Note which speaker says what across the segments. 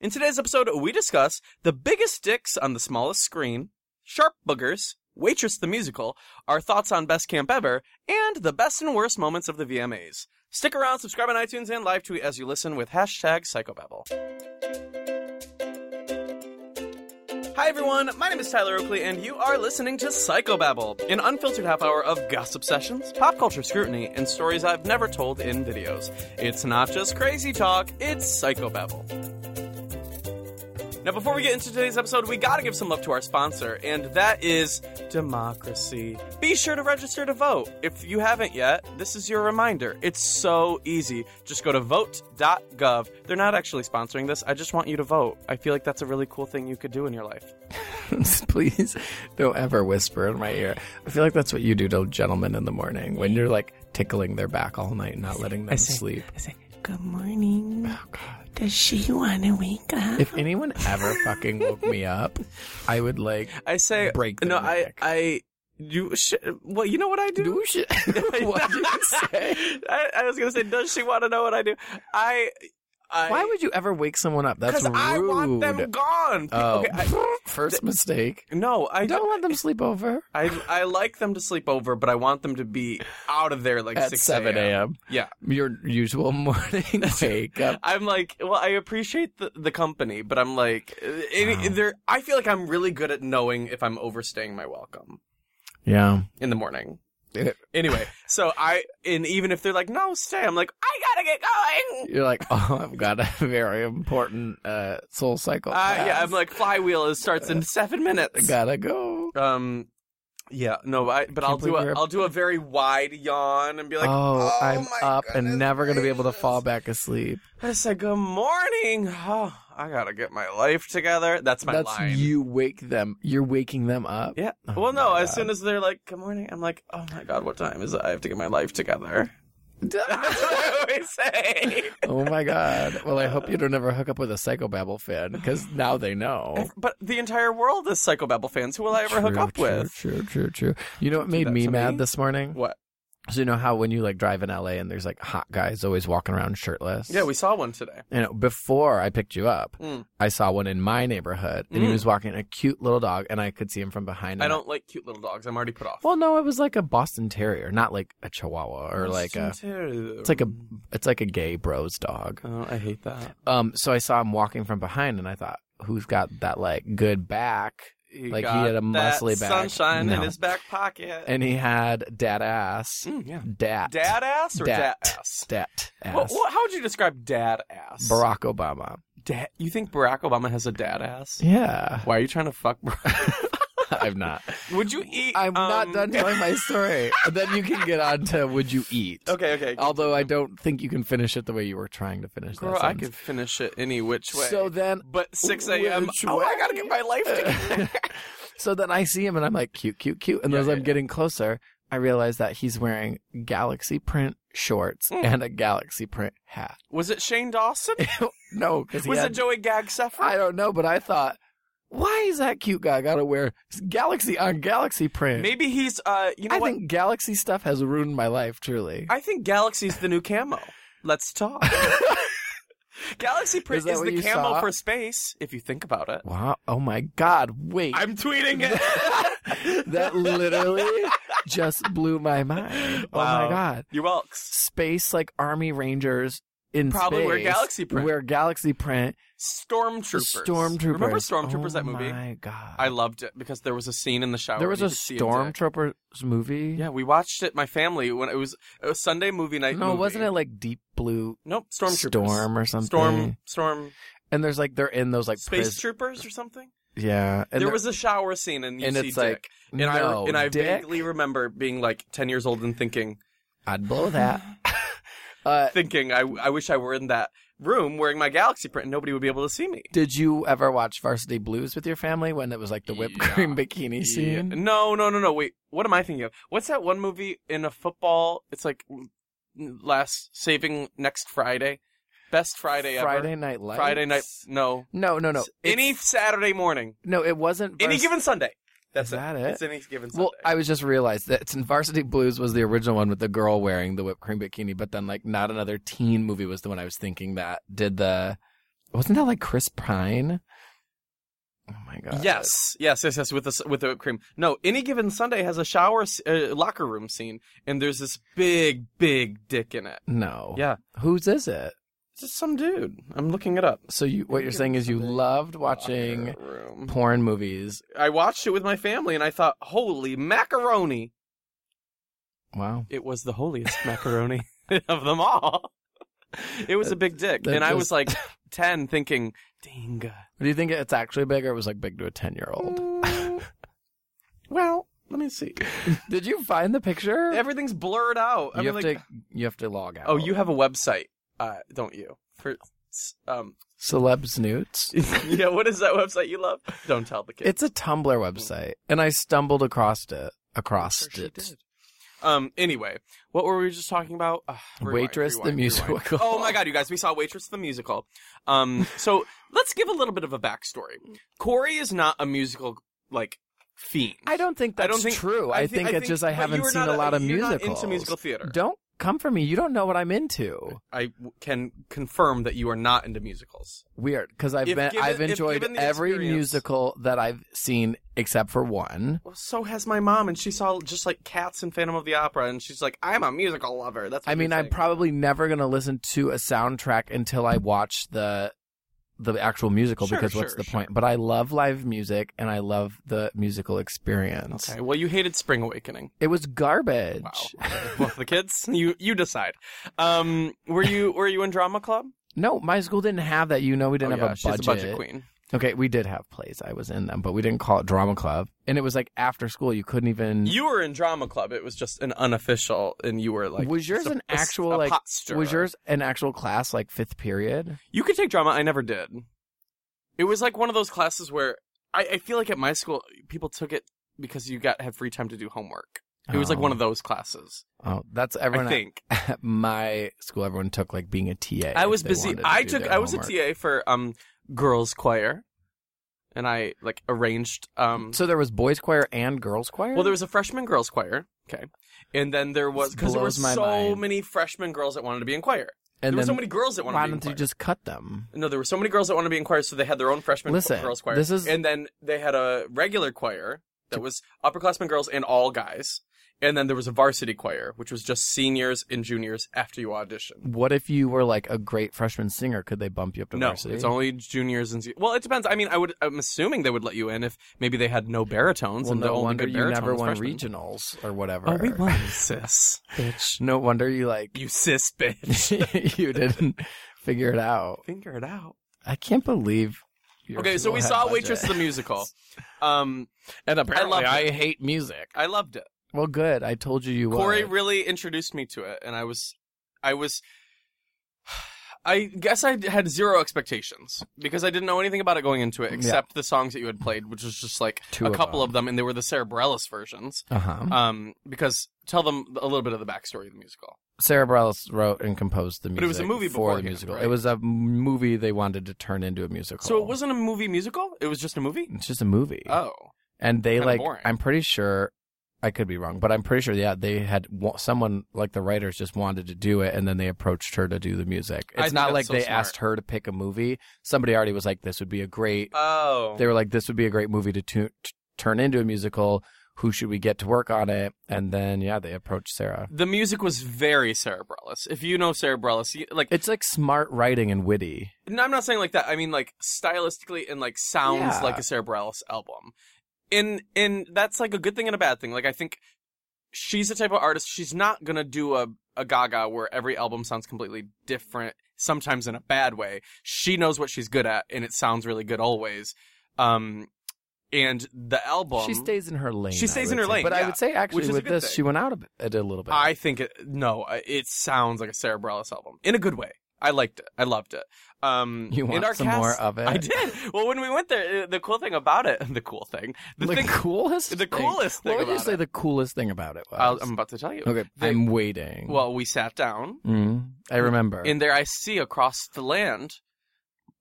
Speaker 1: In today's episode, we discuss the biggest dicks on the smallest screen, Sharp Boogers, Waitress the Musical, our thoughts on Best Camp Ever, and the best and worst moments of the VMAs. Stick around, subscribe on iTunes, and live tweet as you listen with hashtag Psychobabble. Hi everyone, my name is Tyler Oakley, and you are listening to Psychobabble, an unfiltered half hour of gossip sessions, pop culture scrutiny, and stories I've never told in videos. It's not just crazy talk, it's Psychobabble. Now, before we get into today's episode, we gotta give some love to our sponsor, and that is democracy. Be sure to register to vote. If you haven't yet, this is your reminder. It's so easy. Just go to vote.gov. They're not actually sponsoring this, I just want you to vote. I feel like that's a really cool thing you could do in your life.
Speaker 2: Please don't ever whisper in my ear. I feel like that's what you do to gentlemen in the morning when you're like tickling their back all night, and not letting them sleep.
Speaker 3: Good morning.
Speaker 2: Oh, God.
Speaker 3: Does she want to wake up?
Speaker 2: If anyone ever fucking woke me up, I would like
Speaker 1: I say,
Speaker 2: break their
Speaker 1: no, I,
Speaker 2: neck.
Speaker 1: I, you, sh- well, you know what I do?
Speaker 2: do shit. what did you say?
Speaker 1: I, I was gonna say, does she want to know what I do? I, I
Speaker 2: Why would you ever wake someone up? That's
Speaker 1: Because
Speaker 2: rude.
Speaker 1: I want them gone.
Speaker 2: Oh,
Speaker 1: Okay, I,
Speaker 2: first mistake.
Speaker 1: no, I
Speaker 2: Don't
Speaker 1: don't.
Speaker 2: let them sleep over
Speaker 1: I, I like them to sleep over, but I want them to be out of there like
Speaker 2: at
Speaker 1: 6
Speaker 2: seven a.m.
Speaker 1: Yeah.
Speaker 2: Your usual morning wake up.
Speaker 1: I'm like, well, I appreciate the, the company, but I'm like, uh, any,
Speaker 2: Wow.
Speaker 1: there. I feel like I'm really good at knowing if I'm overstaying my welcome
Speaker 2: Yeah.
Speaker 1: in the morning.
Speaker 2: Yeah.
Speaker 1: anyway, so I and even if they're like, no, stay, I'm like, I gotta get going.
Speaker 2: You're like, oh, I've got a very important uh, soul cycle.
Speaker 1: Uh, yeah,
Speaker 2: class.
Speaker 1: I'm like, flywheel is starts in seven
Speaker 2: I
Speaker 1: minutes.
Speaker 2: gotta Uh, go.
Speaker 1: Um, yeah, no, I, but I'll do
Speaker 2: believe
Speaker 1: a,
Speaker 2: you're-
Speaker 1: I'll do a very wide yawn and be like,
Speaker 2: oh, I'm
Speaker 1: my
Speaker 2: up and
Speaker 1: goodness
Speaker 2: never gonna be able to
Speaker 1: gracious."
Speaker 2: fall back asleep.
Speaker 1: I said, "Good morning." Oh, I gotta get my life together. That's my
Speaker 2: That's
Speaker 1: line.
Speaker 2: you wake them. You're waking them up.
Speaker 1: Yeah.
Speaker 2: Oh
Speaker 1: well, no.
Speaker 2: my
Speaker 1: As
Speaker 2: God.
Speaker 1: soon as they're like, "Good morning," I'm like, "Oh my god, what time is it? I have to get my life together." That's what I always say.
Speaker 2: oh my god. Well, I hope you don't ever hook up with a psychobabble fan because now they know.
Speaker 1: Oh, But the entire world is psychobabble fans. Who will I ever hook
Speaker 2: True,
Speaker 1: up
Speaker 2: true,
Speaker 1: with?
Speaker 2: True, true, true. You know what
Speaker 1: do
Speaker 2: made
Speaker 1: that
Speaker 2: me
Speaker 1: to
Speaker 2: mad
Speaker 1: me.
Speaker 2: this morning?
Speaker 1: What?
Speaker 2: So you know how when you like drive in LA and there's like hot guys always walking around shirtless.
Speaker 1: Yeah, we saw one today.
Speaker 2: And before I picked you up,
Speaker 1: Mm.
Speaker 2: I saw one in my neighborhood, and he
Speaker 1: Mm.
Speaker 2: was walking a cute little dog, and I could see him from behind.
Speaker 1: I
Speaker 2: and
Speaker 1: don't like cute little dogs. I'm already put off.
Speaker 2: Well, no, it was like a Boston Terrier, not like a Chihuahua or like a. It's like a. It's like a gay bros dog.
Speaker 1: Oh, I hate that.
Speaker 2: Um. So I saw him walking from behind, and I thought, who's got that like good back? Like, he
Speaker 1: got
Speaker 2: had a
Speaker 1: that
Speaker 2: muscly back.
Speaker 1: sunshine in
Speaker 2: No.
Speaker 1: his back pocket.
Speaker 2: And he had dad ass,
Speaker 1: Mm, yeah.
Speaker 2: dat,
Speaker 1: Dad ass or dad
Speaker 2: Dat.
Speaker 1: ass?
Speaker 2: dat ass.
Speaker 1: Well, how would you describe dad ass?
Speaker 2: Barack Obama.
Speaker 1: Da- you think Barack Obama has a dad ass?
Speaker 2: Yeah,
Speaker 1: Why are you trying to fuck Barack?
Speaker 2: I've not.
Speaker 1: would you eat?
Speaker 2: I'm not
Speaker 1: um,
Speaker 2: done telling my story. then you can get on to would you eat.
Speaker 1: Okay, okay.
Speaker 2: Although I don't think you can finish it the way you were trying to finish
Speaker 1: Girl,
Speaker 2: that.
Speaker 1: I
Speaker 2: sentence.
Speaker 1: could finish it any which way.
Speaker 2: So then
Speaker 1: but 6 a.m.
Speaker 2: Which
Speaker 1: Oh, I gotta
Speaker 2: way?
Speaker 1: get my life together.
Speaker 2: so then I see him and I'm like cute, cute, cute. And
Speaker 1: Yeah,
Speaker 2: as
Speaker 1: yeah,
Speaker 2: I'm
Speaker 1: yeah.
Speaker 2: getting closer, I realize that he's wearing galaxy print shorts
Speaker 1: Mm.
Speaker 2: and a galaxy print hat.
Speaker 1: was it Shane Dawson?
Speaker 2: No, because he
Speaker 1: Was
Speaker 2: had,
Speaker 1: it Joey Gag Seffer?
Speaker 2: I don't know, but I thought, why is that cute guy gotta wear galaxy on galaxy print?
Speaker 1: Maybe he's. Uh, you know
Speaker 2: I
Speaker 1: what?
Speaker 2: think galaxy stuff has ruined my life, truly.
Speaker 1: I think Galaxy's the new camo. Let's talk. Galaxy print
Speaker 2: Is that
Speaker 1: is,
Speaker 2: what
Speaker 1: the
Speaker 2: you
Speaker 1: camo
Speaker 2: saw?
Speaker 1: for space. If you think about it,
Speaker 2: wow. Oh my God. Wait.
Speaker 1: I'm tweeting it.
Speaker 2: that literally just blew my mind. Oh
Speaker 1: Wow.
Speaker 2: my God.
Speaker 1: you welks.
Speaker 2: space like army rangers in
Speaker 1: Probably
Speaker 2: space
Speaker 1: wear galaxy print.
Speaker 2: wear galaxy print
Speaker 1: Stormtroopers.
Speaker 2: stormtroopers
Speaker 1: Remember Stormtroopers
Speaker 2: Oh
Speaker 1: that movie?
Speaker 2: my god
Speaker 1: I loved it because there was a scene in the shower.
Speaker 2: there was a
Speaker 1: and you could see dick.
Speaker 2: stormtroopers movie
Speaker 1: Yeah, we watched it. My family when it was it was Sunday movie night.
Speaker 2: no
Speaker 1: movie.
Speaker 2: wasn't it like deep blue
Speaker 1: Nope. Stormtroopers.
Speaker 2: storm or something
Speaker 1: Storm. Storm.
Speaker 2: and there's like they're in those like
Speaker 1: space
Speaker 2: pris-
Speaker 1: troopers or something.
Speaker 2: yeah and
Speaker 1: there
Speaker 2: they're-
Speaker 1: was a shower scene and you
Speaker 2: and
Speaker 1: see
Speaker 2: it's
Speaker 1: dick.
Speaker 2: like
Speaker 1: and
Speaker 2: no,
Speaker 1: I and I
Speaker 2: dick?
Speaker 1: vaguely remember being like ten years old and thinking
Speaker 2: I'd blow that uh
Speaker 1: thinking I I wish I were in that room wearing my galaxy print and nobody would be able to see me.
Speaker 2: did you ever watch Varsity Blues with your family when it was like the whipped
Speaker 1: Yeah.
Speaker 2: cream bikini
Speaker 1: Yeah.
Speaker 2: scene?
Speaker 1: No, no, no, no. Wait, what am I thinking of? What's that one movie in a football? It's like mm, last saving next Friday, best Friday,
Speaker 2: Friday
Speaker 1: ever.
Speaker 2: Night Lights.
Speaker 1: Friday night. No,
Speaker 2: No, no, no.
Speaker 1: S- any
Speaker 2: It's-
Speaker 1: Saturday morning,
Speaker 2: No, it wasn't.
Speaker 1: any
Speaker 2: Vars-
Speaker 1: given Sunday. That's
Speaker 2: Is that it?
Speaker 1: It's any given Sunday.
Speaker 2: Well, I was just realized that since Varsity Blues was the original one with the girl wearing the whipped cream bikini, but then like not another teen movie was the one I was thinking that did the Wasn't that like Chris Pine? Oh my god.
Speaker 1: Yes, yes, yes, yes. With the s- with the whipped cream. No, any given Sunday has a shower s- uh, locker room scene, and there's this big, big dick in it.
Speaker 2: No.
Speaker 1: Yeah,
Speaker 2: Whose is it?
Speaker 1: it's just some dude. I'm looking it up.
Speaker 2: So you what you're saying is you loved watching
Speaker 1: Locker room.
Speaker 2: porn movies.
Speaker 1: I watched it with my family, and I thought, holy macaroni!
Speaker 2: Wow.
Speaker 1: It was the holiest macaroni of them all. It was a big dick,
Speaker 2: that
Speaker 1: and I was
Speaker 2: just-
Speaker 1: like ten, thinking, "Dinga."
Speaker 2: Do you think it's actually big or it was like big to a 10-year-old?
Speaker 1: Mm, well, let me see.
Speaker 2: Did you find the picture?
Speaker 1: Everything's blurred out. Mm. I
Speaker 2: you
Speaker 1: mean,
Speaker 2: have
Speaker 1: like,
Speaker 2: to you have to log out.
Speaker 1: Oh, you have a website, uh, don't you? For um,
Speaker 2: Celebs Newts?
Speaker 1: yeah, what is that website you love? Don't tell the kids.
Speaker 2: It's a Tumblr
Speaker 1: Mm-hmm.
Speaker 2: website and I stumbled across it across
Speaker 1: Sure she
Speaker 2: it.
Speaker 1: did. Um. Anyway, what were we just talking about? Uh,
Speaker 2: Waitress the musical.
Speaker 1: Oh my god, you guys! We saw Waitress the musical. Um. So let's give a little bit of a backstory. Corey is not a musical like fiend.
Speaker 2: I don't think
Speaker 1: I
Speaker 2: that's
Speaker 1: don't think-
Speaker 2: true. I,
Speaker 1: thi-
Speaker 2: think, it's just I
Speaker 1: but you
Speaker 2: haven't
Speaker 1: are
Speaker 2: seen
Speaker 1: not
Speaker 2: a lot of
Speaker 1: you're not
Speaker 2: musicals.
Speaker 1: into musical theater.
Speaker 2: Don't come for me. You don't know what I'm into.
Speaker 1: I w- can confirm that you are not into musicals.
Speaker 2: Weird, because I've
Speaker 1: If
Speaker 2: been
Speaker 1: given-
Speaker 2: I've
Speaker 1: if
Speaker 2: enjoyed
Speaker 1: given the
Speaker 2: every
Speaker 1: experience-
Speaker 2: musical that I've seen except for one.
Speaker 1: Well, so has my mom, and she saw just like Cats and Phantom of the Opera, and she's like, "I'm a musical lover." That's. What
Speaker 2: I mean,
Speaker 1: you're
Speaker 2: I'm
Speaker 1: saying.
Speaker 2: probably never gonna listen to a soundtrack until I watch the the actual musical
Speaker 1: Sure,
Speaker 2: because what's
Speaker 1: sure,
Speaker 2: the
Speaker 1: sure.
Speaker 2: point? But I love live music and I love the musical experience.
Speaker 1: Okay, well, you hated Spring Awakening.
Speaker 2: It was garbage.
Speaker 1: Wow. Okay. well, the kids, you you decide. Um, were you were you in drama club?
Speaker 2: No, my school didn't have that. You know, we didn't
Speaker 1: oh,
Speaker 2: have
Speaker 1: yeah,
Speaker 2: a
Speaker 1: she's a budget queen.
Speaker 2: Okay, we did have plays. I was in them, but we didn't call it drama club. And it was like after school, you couldn't even.
Speaker 1: You were in drama club. It was just an unofficial, and you were like,
Speaker 2: was yours
Speaker 1: just a-
Speaker 2: an
Speaker 1: a s-
Speaker 2: actual
Speaker 1: a
Speaker 2: like?
Speaker 1: pot stirrer.
Speaker 2: Was yours an actual class like fifth period?
Speaker 1: You could take drama. I never did. It was like one of those classes where I, I feel like at my school people took it because you got had free time to do homework. It was like
Speaker 2: Oh.
Speaker 1: one of those classes.
Speaker 2: Oh, that's everyone.
Speaker 1: I
Speaker 2: at-
Speaker 1: think.
Speaker 2: At, my school, everyone took like being a TA.
Speaker 1: I
Speaker 2: if
Speaker 1: was
Speaker 2: they
Speaker 1: busy.
Speaker 2: wanted to
Speaker 1: I
Speaker 2: do
Speaker 1: took.
Speaker 2: their
Speaker 1: I was
Speaker 2: homework.
Speaker 1: a TA for um girls choir, and I like arranged um.
Speaker 2: So there was boys choir and girls choir.
Speaker 1: well, there was a freshman girls choir. Okay, and then there was because there were
Speaker 2: blows my
Speaker 1: so
Speaker 2: mind.
Speaker 1: many freshman girls that wanted to be in choir. there
Speaker 2: and
Speaker 1: were
Speaker 2: then
Speaker 1: so many girls that wanted
Speaker 2: why
Speaker 1: to be in
Speaker 2: don't
Speaker 1: choir.
Speaker 2: you just cut them?
Speaker 1: no, there were so many girls that wanted to be in choir, so they had their own freshman
Speaker 2: Listen,
Speaker 1: girls choir.
Speaker 2: this is-
Speaker 1: and then they had a regular choir that was upperclassmen girls and all guys, and then there was a varsity choir, which was just seniors and juniors after you audition.
Speaker 2: What if you were like a great freshman singer? Could they bump you up to
Speaker 1: No,
Speaker 2: varsity?
Speaker 1: it's only juniors and se- well, it depends. I mean, I would. I'm assuming they would let you in if maybe they had no baritones
Speaker 2: well,
Speaker 1: and the
Speaker 2: no
Speaker 1: only
Speaker 2: wonder
Speaker 1: good
Speaker 2: you
Speaker 1: baritone
Speaker 2: never
Speaker 1: was
Speaker 2: won
Speaker 1: freshman.
Speaker 2: regionals or whatever.
Speaker 1: Oh, we won, sis, bitch.
Speaker 2: No wonder you like
Speaker 1: You sis, bitch.
Speaker 2: you didn't figure it out.
Speaker 1: Figure it out.
Speaker 2: I can't believe. your
Speaker 1: Okay, so
Speaker 2: school
Speaker 1: we
Speaker 2: had
Speaker 1: saw
Speaker 2: budget.
Speaker 1: Waitress the musical. Um,
Speaker 2: and apparently
Speaker 1: I
Speaker 2: I,
Speaker 1: loved
Speaker 2: hate music.
Speaker 1: I loved it.
Speaker 2: Well, good. I told you you
Speaker 1: Corey
Speaker 2: would.
Speaker 1: really introduced me to it, and I was, I was. I guess I had zero expectations because I didn't know anything about it going into it, except the songs that you had played, which was just like
Speaker 2: Two
Speaker 1: a
Speaker 2: of
Speaker 1: couple
Speaker 2: them.
Speaker 1: of them, and they were the Cerebrellis versions.
Speaker 2: Uh huh.
Speaker 1: um, because tell them a little bit of the backstory of the musical.
Speaker 2: Sarah Bareilles wrote and composed the music.
Speaker 1: But it was a movie
Speaker 2: for the
Speaker 1: beforehand,
Speaker 2: musical.
Speaker 1: right?
Speaker 2: It was a movie they wanted to turn into a musical.
Speaker 1: So it wasn't a movie musical; it was just a movie.
Speaker 2: It's just a movie.
Speaker 1: Oh,
Speaker 2: and they
Speaker 1: kinda
Speaker 2: like.
Speaker 1: boring.
Speaker 2: I'm pretty sure. I could be wrong, but I'm pretty sure. Yeah, they had wa- someone like the writers just wanted to do it, and then they approached her to do the music.
Speaker 1: I
Speaker 2: It's
Speaker 1: think
Speaker 2: not
Speaker 1: that's
Speaker 2: like
Speaker 1: so
Speaker 2: they
Speaker 1: smart.
Speaker 2: asked her to pick a movie. Somebody already was like, "This would be a great
Speaker 1: oh,
Speaker 2: they were like, this would be a great movie to tu- t- turn into a musical. Who should we get to work on it? And then, yeah, they approached Sarah.
Speaker 1: the music was very Cerebrellis. If you know Cerebrellis, you- like
Speaker 2: It's like smart writing and witty.
Speaker 1: no, I'm not saying like that. I mean like stylistically and like sounds
Speaker 2: Yeah.
Speaker 1: like a Cerebrellis album. In in that's like a good thing and a bad thing. Like I think she's the type of artist she's not gonna do a a Gaga where every album sounds completely different. Sometimes in a bad way. She knows what she's good at, and it sounds really good always. Um, and the album
Speaker 2: she stays in her lane.
Speaker 1: She stays
Speaker 2: I
Speaker 1: in
Speaker 2: would
Speaker 1: her
Speaker 2: say.
Speaker 1: lane,
Speaker 2: But
Speaker 1: yeah,
Speaker 2: I would say
Speaker 1: which
Speaker 2: actually
Speaker 1: is a
Speaker 2: with
Speaker 1: good
Speaker 2: this,
Speaker 1: thing.
Speaker 2: she went out a bit, a little bit.
Speaker 1: I think it no, I- it sounds like a Cerebrellis album in a good way. I liked it. I loved it. Um,
Speaker 2: you
Speaker 1: and
Speaker 2: want
Speaker 1: our
Speaker 2: some
Speaker 1: cast-
Speaker 2: more of it?
Speaker 1: I did. Well, when we went there, uh, the cool thing about it, the cool thing, the
Speaker 2: The,
Speaker 1: thing,
Speaker 2: coolest.
Speaker 1: the
Speaker 2: thing-
Speaker 1: coolest thing
Speaker 2: What would you
Speaker 1: about
Speaker 2: say
Speaker 1: it-
Speaker 2: the coolest thing about it was?
Speaker 1: I'll, I'm about to tell you.
Speaker 2: okay,
Speaker 1: the-
Speaker 2: I'm waiting.
Speaker 1: Well, we sat down.
Speaker 2: Mm, I remember
Speaker 1: In there, I see across the land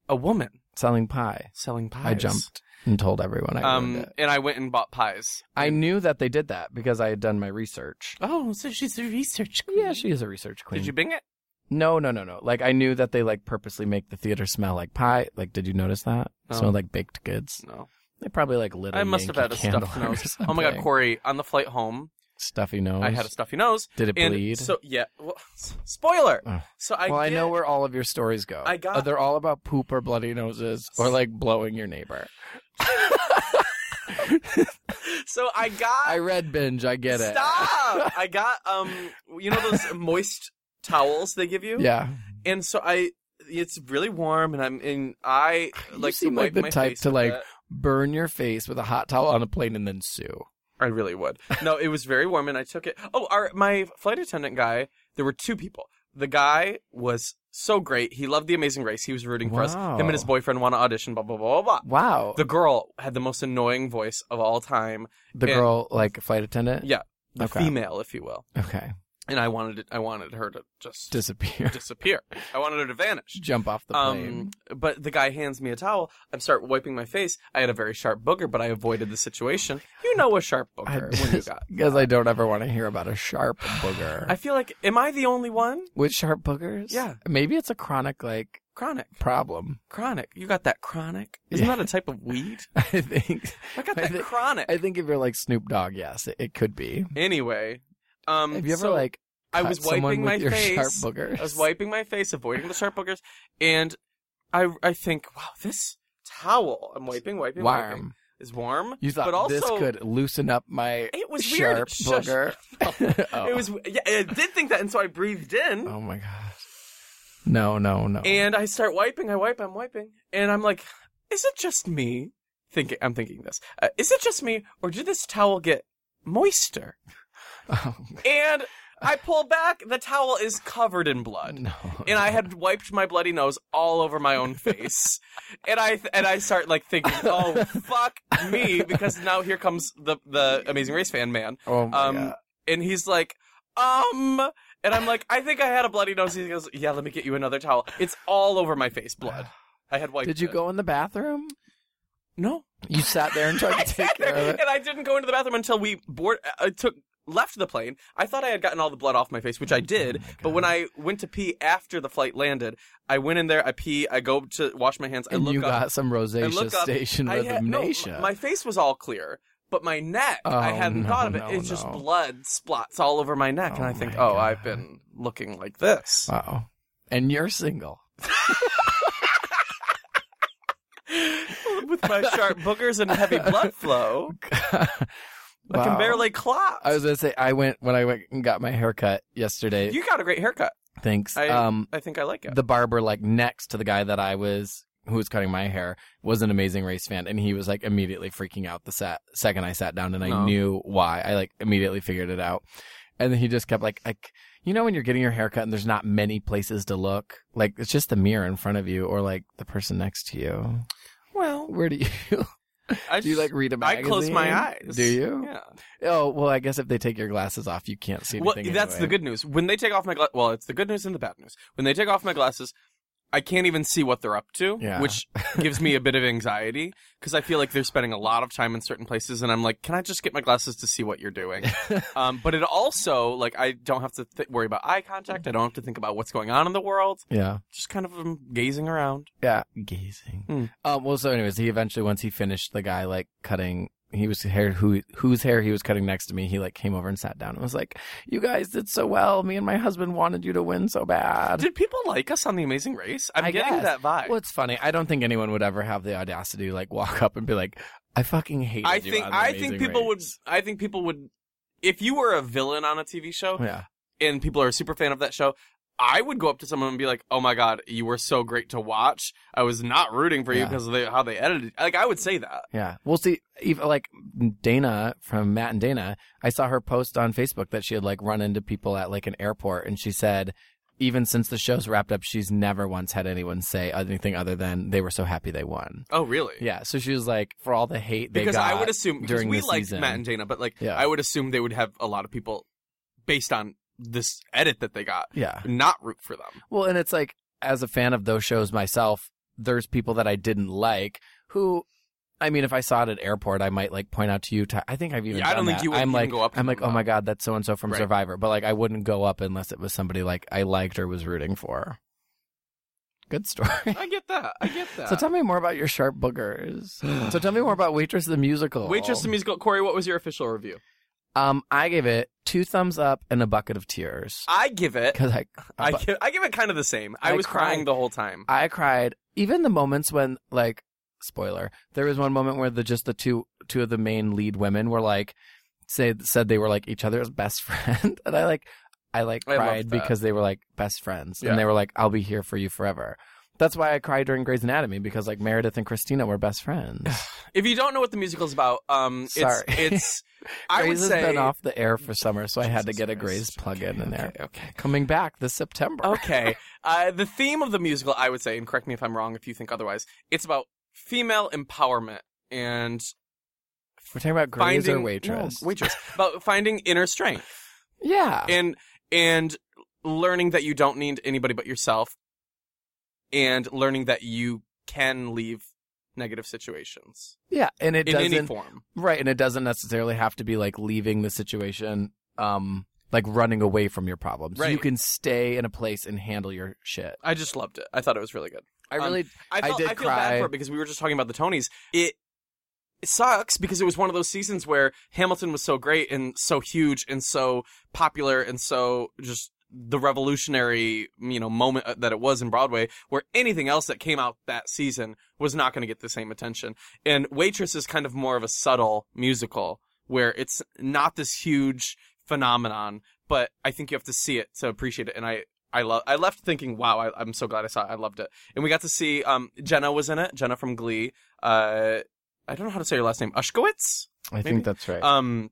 Speaker 1: a woman
Speaker 2: selling pie.
Speaker 1: selling pies.
Speaker 2: I jumped and told everyone. I
Speaker 1: um,
Speaker 2: ruined it.
Speaker 1: and I went and bought pies.
Speaker 2: I knew that they did that because I had done my research.
Speaker 1: Oh, so she's a research
Speaker 2: Yeah, she is a research queen.
Speaker 1: Did you bing it?
Speaker 2: No, no, no, no. Like I knew that they like purposely make the theater smell like pie. Like, did you notice that? It
Speaker 1: No.
Speaker 2: Smelled like baked goods.
Speaker 1: No,
Speaker 2: They probably like lit.
Speaker 1: Oh. I must have had a
Speaker 2: Yankee candle
Speaker 1: stuffed
Speaker 2: or
Speaker 1: nose. Oh my god,
Speaker 2: something.
Speaker 1: Corey! On the flight home,
Speaker 2: Stuffy nose.
Speaker 1: I had a stuffy nose.
Speaker 2: Did it
Speaker 1: and
Speaker 2: bleed?
Speaker 1: So yeah. Well, s- spoiler.
Speaker 2: Ugh.
Speaker 1: So I.
Speaker 2: well, I
Speaker 1: did-
Speaker 2: know where all of your stories go.
Speaker 1: I got-
Speaker 2: Uh, they're all about poop or bloody noses or like blowing your neighbor.
Speaker 1: So I got.
Speaker 2: I read binge. I get it.
Speaker 1: Stop! I got um, you know those moist towels they give you.
Speaker 2: Yeah,
Speaker 1: And so I, it's really warm, and I'm in. I
Speaker 2: You
Speaker 1: like
Speaker 2: seem
Speaker 1: to wipe
Speaker 2: like the
Speaker 1: my
Speaker 2: type
Speaker 1: face
Speaker 2: to,
Speaker 1: with
Speaker 2: like-
Speaker 1: that.
Speaker 2: burn your face with a hot towel on a plane and then sue.
Speaker 1: I really would. No, it was very warm, and I took it. Oh, our my flight attendant guy. There were two people. The guy was so great. He loved The Amazing Race. He was rooting for us.
Speaker 2: Wow.
Speaker 1: Him and his boyfriend want to audition. Blah blah blah blah. blah.
Speaker 2: Wow, the,
Speaker 1: The girl had the most annoying voice of all time. yeah.
Speaker 2: girl like flight attendant.
Speaker 1: Yeah, the
Speaker 2: Okay.
Speaker 1: female, if you will.
Speaker 2: Okay,
Speaker 1: And I wanted it, I wanted her to just
Speaker 2: disappear.
Speaker 1: disappear. I wanted her to vanish.
Speaker 2: Jump off the plane.
Speaker 1: Um, but the guy hands me a towel. I start wiping my face. I had a very sharp booger, but I avoided the situation. You know a sharp booger when you got.
Speaker 2: Because I don't ever want to hear about a sharp booger.
Speaker 1: I feel like, am I the only one?
Speaker 2: With sharp boogers?
Speaker 1: Yeah.
Speaker 2: Maybe it's a chronic like
Speaker 1: Chronic,
Speaker 2: problem.
Speaker 1: chronic. You got that chronic? Isn't
Speaker 2: Yeah.
Speaker 1: that a type of weed?
Speaker 2: I think.
Speaker 1: I got
Speaker 2: I
Speaker 1: that
Speaker 2: thi-
Speaker 1: chronic.
Speaker 2: I think if you're like Snoop Dogg, yes, it, it could be.
Speaker 1: anyway, um,
Speaker 2: Have you ever
Speaker 1: Mm-hmm. so
Speaker 2: like
Speaker 1: I
Speaker 2: cut
Speaker 1: was
Speaker 2: someone
Speaker 1: wiping my
Speaker 2: with your
Speaker 1: face.
Speaker 2: sharp boogers?
Speaker 1: I was wiping my face, avoiding the sharp boogers, and I I think, wow, this towel. I'm wiping, wiping, wiping.
Speaker 2: Warm.
Speaker 1: Is warm.
Speaker 2: You thought
Speaker 1: but also,
Speaker 2: this could loosen up my
Speaker 1: It was weird.
Speaker 2: sharp
Speaker 1: Shush.
Speaker 2: booger? oh.
Speaker 1: It was yeah, I did think that, and so I breathed in,
Speaker 2: Oh my god. No, no, no.
Speaker 1: and I start wiping. I wipe. I'm wiping, and I'm like, is it just me thinking? I'm thinking this. Uh, is it just me, or did this towel get moister?
Speaker 2: Oh,
Speaker 1: And I pull back. The towel is covered in blood.
Speaker 2: no.
Speaker 1: And I had wiped my bloody nose all over my own face, and I and I start like thinking, "Oh fuck me!" Because now here comes the the Amazing Race fan man,
Speaker 2: Oh my
Speaker 1: um,
Speaker 2: god.
Speaker 1: and he's like, um, and I'm like, I think I had a bloody nose. He goes, Yeah, let me get you another towel. It's all over my face, blood. I had wiped.
Speaker 2: Did you
Speaker 1: it.
Speaker 2: go in the bathroom?
Speaker 1: No,
Speaker 2: You sat there and tried to take care of
Speaker 1: and
Speaker 2: it.
Speaker 1: I didn't go into the bathroom until we board. I took left the plane. I thought I had gotten all the blood off my face,
Speaker 2: Oh
Speaker 1: which I did. but when I went to pee after the flight landed, I went in there. I pee. I go to wash my hands. I
Speaker 2: And
Speaker 1: look
Speaker 2: you
Speaker 1: up.
Speaker 2: got some
Speaker 1: I
Speaker 2: rosacea
Speaker 1: look up.
Speaker 2: station
Speaker 1: I had, no,
Speaker 2: resignation.
Speaker 1: my face was all clear. But my neck, I
Speaker 2: Oh,
Speaker 1: hadn't
Speaker 2: no,
Speaker 1: thought of it.
Speaker 2: no,
Speaker 1: it's just
Speaker 2: no.
Speaker 1: blood splots all over my neck, and
Speaker 2: Oh
Speaker 1: I think,
Speaker 2: my
Speaker 1: oh,
Speaker 2: God. Uh,
Speaker 1: I've been looking like this.
Speaker 2: Wow. And you're single.
Speaker 1: with my sharp boogers and heavy blood flow, I can
Speaker 2: Wow.
Speaker 1: barely clot.
Speaker 2: I was gonna say I went when I went and got my haircut yesterday.
Speaker 1: you got a great haircut.
Speaker 2: thanks.
Speaker 1: I-
Speaker 2: um,
Speaker 1: I think I like it.
Speaker 2: the barber like next to the guy that I was who was cutting my hair was an amazing race fan, and he was like immediately freaking out the set, second I sat down, and I
Speaker 1: No.
Speaker 2: knew why. I like immediately figured it out, and then he just kept like like you know when you're getting your haircut and there's not many places to look, like it's just the mirror in front of you or like the person next to you.
Speaker 1: well,
Speaker 2: Where do you
Speaker 1: I
Speaker 2: do you like read a
Speaker 1: I
Speaker 2: magazine?
Speaker 1: close my eyes.
Speaker 2: Do you?
Speaker 1: Yeah.
Speaker 2: Oh well, I guess if they take your glasses off, you can't see
Speaker 1: Well,
Speaker 2: anything.
Speaker 1: that's the
Speaker 2: anyway.
Speaker 1: good news. When they take off my gla- well, it's the good news and the bad news. When they take off my glasses, I can't even see what they're up to,
Speaker 2: Yeah.
Speaker 1: which gives me a bit of anxiety because I feel like they're spending a lot of time in certain places, and I'm like, can I just get my glasses to see what you're doing? um, but it also like I don't have to th- worry about eye contact. I don't have to think about what's going on in the world.
Speaker 2: Yeah,
Speaker 1: Just kind of um, gazing around.
Speaker 2: yeah. Gazing.
Speaker 1: Hmm.
Speaker 2: Um. Well, so anyways, he eventually once he finished the guy like cutting. He was hair who whose hair he was cutting next to me. He like came over and sat down and was like, "You guys did so well. Me and my husband wanted you to win so bad."
Speaker 1: Did people like us on The Amazing Race? I'm
Speaker 2: I
Speaker 1: getting
Speaker 2: guess.
Speaker 1: that vibe.
Speaker 2: well, it's funny. I don't think anyone would ever have the audacity to like walk up and be like, "I fucking hate."
Speaker 1: I think I think people would. I think people would. If you were a villain on a TV show
Speaker 2: Yeah.
Speaker 1: and people are a super fan of that show, I would go up to someone and be like, "Oh my god, you were so great to watch. I was not rooting for you
Speaker 2: Yeah.
Speaker 1: because of the, how they edited." Like I would say that.
Speaker 2: Yeah. We'll see. Even like Dana from Matt and Dana, I saw her post on Facebook that she had like run into people at like an airport and she said, even since the show's wrapped up, she's never once had anyone say anything other than they were so happy they won.
Speaker 1: Oh really?
Speaker 2: Yeah. So she was like, for all the hate they
Speaker 1: Because
Speaker 2: got
Speaker 1: I would assume because
Speaker 2: during
Speaker 1: we
Speaker 2: the
Speaker 1: like
Speaker 2: season.
Speaker 1: Matt and Dana, but like
Speaker 2: Yeah.
Speaker 1: I would assume they would have a lot of people based on this edit that they got
Speaker 2: yeah.
Speaker 1: not root for them.
Speaker 2: Well, and it's like, as a fan of those shows myself, there's people that I didn't like who I mean, if I saw it at airport, I might like point out to you. Ty- I think I've even.
Speaker 1: Yeah, I don't
Speaker 2: done
Speaker 1: think
Speaker 2: that.
Speaker 1: you would
Speaker 2: I'm
Speaker 1: even
Speaker 2: like,
Speaker 1: go up to
Speaker 2: I'm
Speaker 1: them,
Speaker 2: like, oh my god, that's so and so from
Speaker 1: Right.
Speaker 2: Survivor. But like, I wouldn't go up unless it was somebody like I liked or was rooting for. Good story.
Speaker 1: I get that. I get that.
Speaker 2: so tell me more about your sharp boogers. so tell me more about Waitress the musical.
Speaker 1: Waitress the musical. Corey, what was your official review?
Speaker 2: Um, I gave it two thumbs up and a bucket of tears
Speaker 1: I give it.
Speaker 2: because I
Speaker 1: I give, I give it kind of the same. I,
Speaker 2: I
Speaker 1: was crying
Speaker 2: cried.
Speaker 1: the whole time.
Speaker 2: I cried. Even the moments when, like, spoiler, there was one moment where the just the two two of the main lead women were like, say said they were like each other's best friend, and I like, I like
Speaker 1: I loved
Speaker 2: cried
Speaker 1: that.
Speaker 2: because they were like best friends,
Speaker 1: Yeah.
Speaker 2: and they were like, "I'll be here for you forever." That's why I cried during Grey's Anatomy because like Meredith and Christina were best friends.
Speaker 1: If you don't know what the musical's about, um,
Speaker 2: Sorry.
Speaker 1: it's it's. I would
Speaker 2: Grey's
Speaker 1: say
Speaker 2: has been off the air for summer, so I had to
Speaker 1: Jesus
Speaker 2: get a Grey's
Speaker 1: Christ.
Speaker 2: plug in
Speaker 1: Okay,
Speaker 2: in there.
Speaker 1: okay, okay.
Speaker 2: Coming back this September.
Speaker 1: Okay. Uh, the theme of the musical, I would say, and correct me if I'm wrong if you think otherwise, it's about female empowerment and
Speaker 2: We're talking about Grey's
Speaker 1: finding
Speaker 2: or Waitress. Ah.
Speaker 1: No, waitress about finding inner strength
Speaker 2: yeah.
Speaker 1: and and learning that you don't need anybody but yourself, and learning that you can leave negative situations
Speaker 2: yeah. And it
Speaker 1: in any
Speaker 2: doesn't
Speaker 1: form.
Speaker 2: Right, and it doesn't necessarily have to be like leaving the situation, um, like running away from your problems.
Speaker 1: Right.
Speaker 2: You can stay in a place and handle your shit.
Speaker 1: I just loved it. I thought it was really good.
Speaker 2: I
Speaker 1: Um,
Speaker 2: really,
Speaker 1: I,
Speaker 2: I
Speaker 1: felt, I,
Speaker 2: did
Speaker 1: feel bad
Speaker 2: cry.
Speaker 1: for it because we were just talking about the Tonys. It, it sucks because it was one of those seasons where Hamilton was so great and so huge and so popular and so just the revolutionary you know moment uh, that it was in Broadway, where anything else that came out that season was not going to get the same attention. And Waitress is kind of more of a subtle musical where it's not this huge phenomenon, but I think you have to see it to appreciate it. And I. I love. I left thinking, "Wow, I, I'm so glad I saw it. I loved it." And we got to see um, Jenna was in it. Jenna from Glee. Uh, I don't know how to say her last name. Ushkowitz.
Speaker 2: I
Speaker 1: maybe-
Speaker 2: think that's right.
Speaker 1: Um,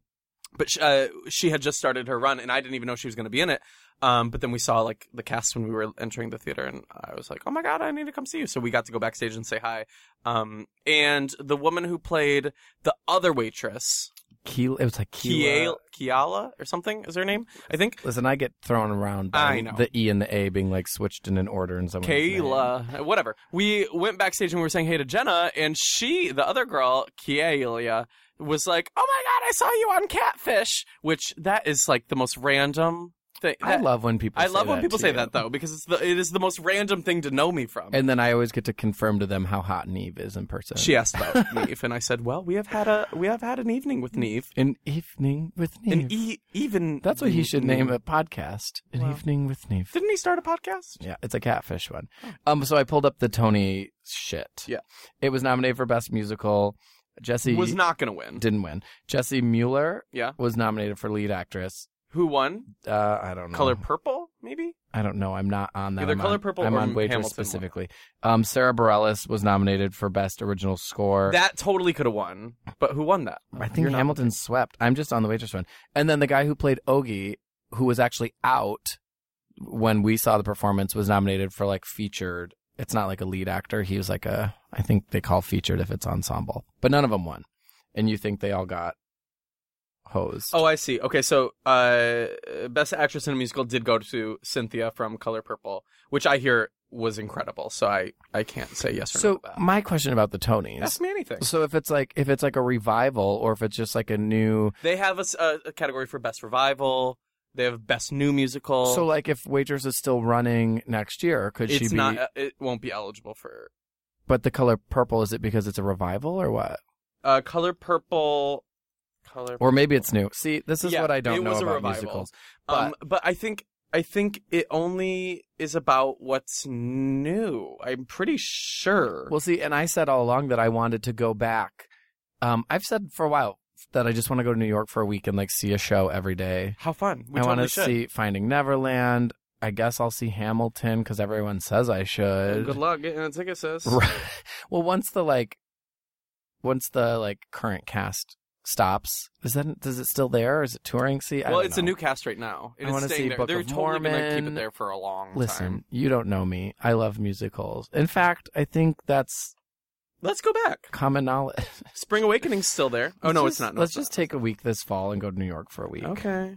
Speaker 1: but she, uh, she had just started her run, and I didn't even know she was going to be in it. Um, but then we saw like the cast when we were entering the theater, and I was like, "Oh my god, I need to come see you!" So we got to go backstage and say hi. Um, and the woman who played the other waitress,
Speaker 2: Keel, it was like
Speaker 1: Kiala,
Speaker 2: Keel.
Speaker 1: Kiala or something, is her name? I think
Speaker 2: Listen, I get thrown around
Speaker 1: I
Speaker 2: by
Speaker 1: know.
Speaker 2: the E and the A being like switched in an order and someone.
Speaker 1: Kayla, whatever. We went backstage and we were saying hey to Jenna, and she, the other girl, Kayla, was like, "Oh my god, I saw you on Catfish," which that is like the most random thing.
Speaker 2: I
Speaker 1: that-
Speaker 2: love when people.
Speaker 1: I
Speaker 2: say
Speaker 1: love when
Speaker 2: that
Speaker 1: people
Speaker 2: to
Speaker 1: say
Speaker 2: you.
Speaker 1: that though, because it's the it is the most random thing to know me from.
Speaker 2: And then I always get to confirm to them how hot Neve is in person.
Speaker 1: she asked about Neve, and I said, "Well, we have had a we have had an evening with Neve,
Speaker 2: An evening with Neve.
Speaker 1: an e- even
Speaker 2: that's what he should name a podcast. An
Speaker 1: Wow.
Speaker 2: evening with Neve.
Speaker 1: Didn't he start a podcast?
Speaker 2: Yeah, it's a catfish one. Um, so I pulled up the Tony shit.
Speaker 1: Oh. Yeah.
Speaker 2: it was nominated for best musical. Jesse
Speaker 1: Was not going to win.
Speaker 2: didn't win. Jesse Mueller
Speaker 1: Yeah.
Speaker 2: was nominated for lead actress.
Speaker 1: Who won?
Speaker 2: Uh, I don't know.
Speaker 1: Color purple, maybe.
Speaker 2: I don't know. I'm not on that.
Speaker 1: Either
Speaker 2: I'm
Speaker 1: Color
Speaker 2: on,
Speaker 1: Purple
Speaker 2: I'm
Speaker 1: or
Speaker 2: on Waitress
Speaker 1: Hamilton won.
Speaker 2: specifically. Um, Sarah Bareilles was nominated for best original score.
Speaker 1: That totally could have won, but who won that?
Speaker 2: I think
Speaker 1: You're not-
Speaker 2: Hamilton swept. I'm just on the waitress one. And then the guy who played Ogie, who was actually out when we saw the performance, was nominated for like featured. It's not like a lead actor. He was like a, I think they call featured if it's ensemble, but none of them won. And you think they all got hosed.
Speaker 1: Oh, I see. Okay, so uh, best actress in a musical did go to Cynthia from Color Purple, which I hear was incredible. So I I can't say yes or no.
Speaker 2: so
Speaker 1: to that.
Speaker 2: my question about the Tonys.
Speaker 1: ask me anything.
Speaker 2: so if it's like if it's like a revival or if it's just like a new
Speaker 1: They have a, s- a- a category for best revival. They have best new musical.
Speaker 2: so like if Waitress is still running next year could
Speaker 1: it's
Speaker 2: she be
Speaker 1: not. uh, It won't be eligible for
Speaker 2: but the color purple is it because it's a revival or what
Speaker 1: uh, color purple. Color.
Speaker 2: Or maybe it's new. See, this is
Speaker 1: Yeah,
Speaker 2: what I
Speaker 1: it
Speaker 2: don't know
Speaker 1: was a
Speaker 2: about
Speaker 1: revival.
Speaker 2: musicals.
Speaker 1: um, but I think I think it only is about what's new. I'm pretty sure.
Speaker 2: Well, see, and I said all along that I wanted to go back. Um, I've said for a while that I just want to go to New York for a week and like see a show every day.
Speaker 1: how fun! We
Speaker 2: I
Speaker 1: totally
Speaker 2: want to
Speaker 1: should.
Speaker 2: see Finding Neverland. I guess I'll see Hamilton because everyone says I should.
Speaker 1: Oh, Good luck getting a ticket, sis.
Speaker 2: Right. Well, once the like, once the like current cast stops, is that does it still there? Or is it touring? See, I
Speaker 1: Well,
Speaker 2: don't
Speaker 1: it's
Speaker 2: know.
Speaker 1: a new cast right now. It
Speaker 2: I
Speaker 1: is
Speaker 2: wanna
Speaker 1: staying
Speaker 2: see
Speaker 1: there.
Speaker 2: Book
Speaker 1: They're
Speaker 2: of
Speaker 1: totally gonna keep it
Speaker 2: Mormon.
Speaker 1: there for a long
Speaker 2: Listen,
Speaker 1: time.
Speaker 2: you don't know me. I love musicals. In fact, I think that's
Speaker 1: Let's go back.
Speaker 2: common knowledge.
Speaker 1: Spring Awakening's still there. Oh no,
Speaker 2: Let's
Speaker 1: it's
Speaker 2: just-
Speaker 1: not. No,
Speaker 2: let's
Speaker 1: it's
Speaker 2: just
Speaker 1: not.
Speaker 2: take a week this fall and go to New York for a week.
Speaker 1: Okay.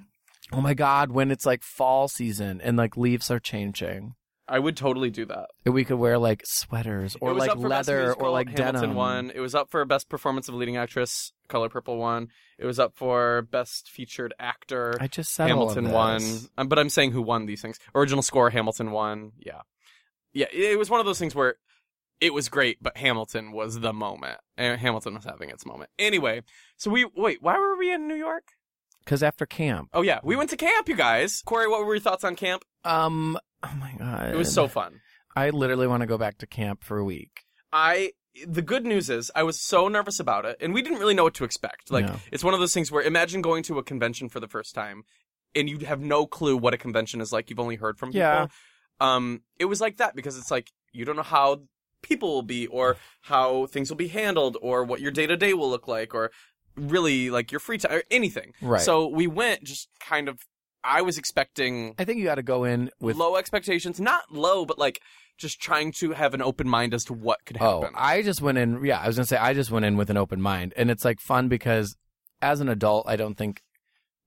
Speaker 2: Oh my God, when it's like fall season and like leaves are changing.
Speaker 1: I would totally do that.
Speaker 2: We could wear like sweaters or
Speaker 1: It was
Speaker 2: like
Speaker 1: up for Best
Speaker 2: leather
Speaker 1: Musical,
Speaker 2: or like
Speaker 1: Hamilton
Speaker 2: denim.
Speaker 1: One. It was up for best performance of leading actress, Color Purple one. It was up for best featured actor,
Speaker 2: I just said all of
Speaker 1: Hamilton
Speaker 2: this.
Speaker 1: one. Um, but I'm saying who won these things. Original score, Hamilton one. Yeah, yeah. It it was one of those things where it was great, but Hamilton was the moment. And Hamilton was having its moment. Anyway, so we wait. Why were we in New York?
Speaker 2: Because after camp,
Speaker 1: Oh yeah, we went to camp, you guys. Corey, what were your thoughts on camp?
Speaker 2: um, oh my god,
Speaker 1: It was so fun.
Speaker 2: I literally want to go back to camp for a week.
Speaker 1: I the good news is I was so nervous about it and we didn't really know what to expect. Like
Speaker 2: No.
Speaker 1: it's one of those things where imagine going to a convention for the first time and you have no clue what a convention is like. You've only heard from people.
Speaker 2: Yeah.
Speaker 1: Um it was like that because it's like you don't know how people will be or how things will be handled or what your day-to-day will look like or really like your free time or anything.
Speaker 2: Right.
Speaker 1: So we went just kind of I was expecting
Speaker 2: I think you got to go in with.
Speaker 1: low expectations, not low but like just trying to have an open mind as to what could
Speaker 2: oh,
Speaker 1: happen.
Speaker 2: I just went in. Yeah, I was gonna say I just went in with an open mind, and it's like fun because as an adult, I don't think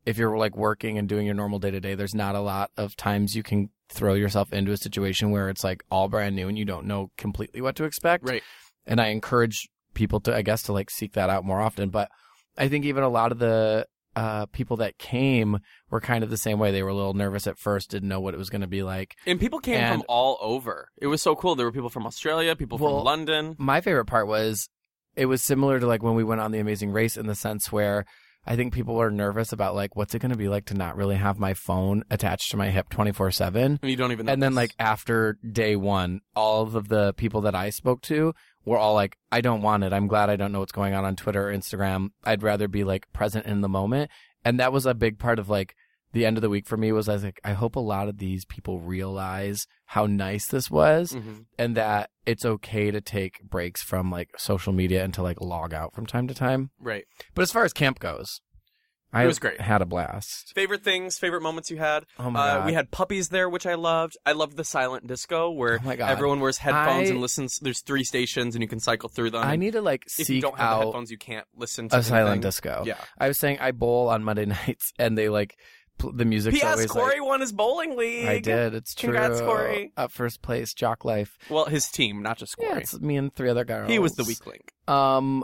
Speaker 2: if you're like working and doing your normal day to day, there's not a lot of times you can throw yourself into a situation where it's like all brand new and you don't know completely what to expect.
Speaker 1: Right.
Speaker 2: and I encourage people to, I guess, to like seek that out more often. But I think even a lot of the uh, people that came were kind of the same way. They were a little nervous at first, didn't know what it was going to be like.
Speaker 1: And people came
Speaker 2: And-
Speaker 1: from all over. It was so cool. There were people from Australia, people
Speaker 2: Well-
Speaker 1: from London.
Speaker 2: My favorite part was it was similar to like when we went on the Amazing Race in the sense where I think people were nervous about like what's it going to be like to not really have my phone attached to my hip twenty four seven.
Speaker 1: And you don't even know.
Speaker 2: And then
Speaker 1: this.
Speaker 2: like after day one, all of the people that I spoke to were all like, I don't want it. I'm glad I don't know what's going on on Twitter or Instagram. I'd rather be like present in the moment. And that was a big part of like the end of the week for me was I was like, I hope a lot of these people realize how nice this was
Speaker 1: Mhm.
Speaker 2: and that it's okay to take breaks from like social media and to like log out from time to time.
Speaker 1: right.
Speaker 2: But as far as camp goes, I
Speaker 1: It was great.
Speaker 2: Had a blast.
Speaker 1: Favorite things, favorite moments you had.
Speaker 2: Oh my
Speaker 1: Uh,
Speaker 2: god.
Speaker 1: we had puppies there, which I loved. I loved the silent disco where
Speaker 2: Oh my God.
Speaker 1: everyone wears headphones
Speaker 2: I-
Speaker 1: and listens. There's three stations and you can cycle through them.
Speaker 2: I need to like
Speaker 1: if
Speaker 2: seek
Speaker 1: you don't have the
Speaker 2: out
Speaker 1: headphones, you can't listen to
Speaker 2: a silent
Speaker 1: anything.
Speaker 2: disco.
Speaker 1: Yeah.
Speaker 2: I was saying I bowl on Monday nights, and they like pl- the music's
Speaker 1: P.S.
Speaker 2: always
Speaker 1: Corey
Speaker 2: like.
Speaker 1: won his bowling league.
Speaker 2: I did. It's true.
Speaker 1: Congrats, Corey.
Speaker 2: Up first place, Jock Life.
Speaker 1: Well, his team, not just
Speaker 2: Yeah,
Speaker 1: Corey.
Speaker 2: it's me and three other girls.
Speaker 1: he was the weak link.
Speaker 2: Um,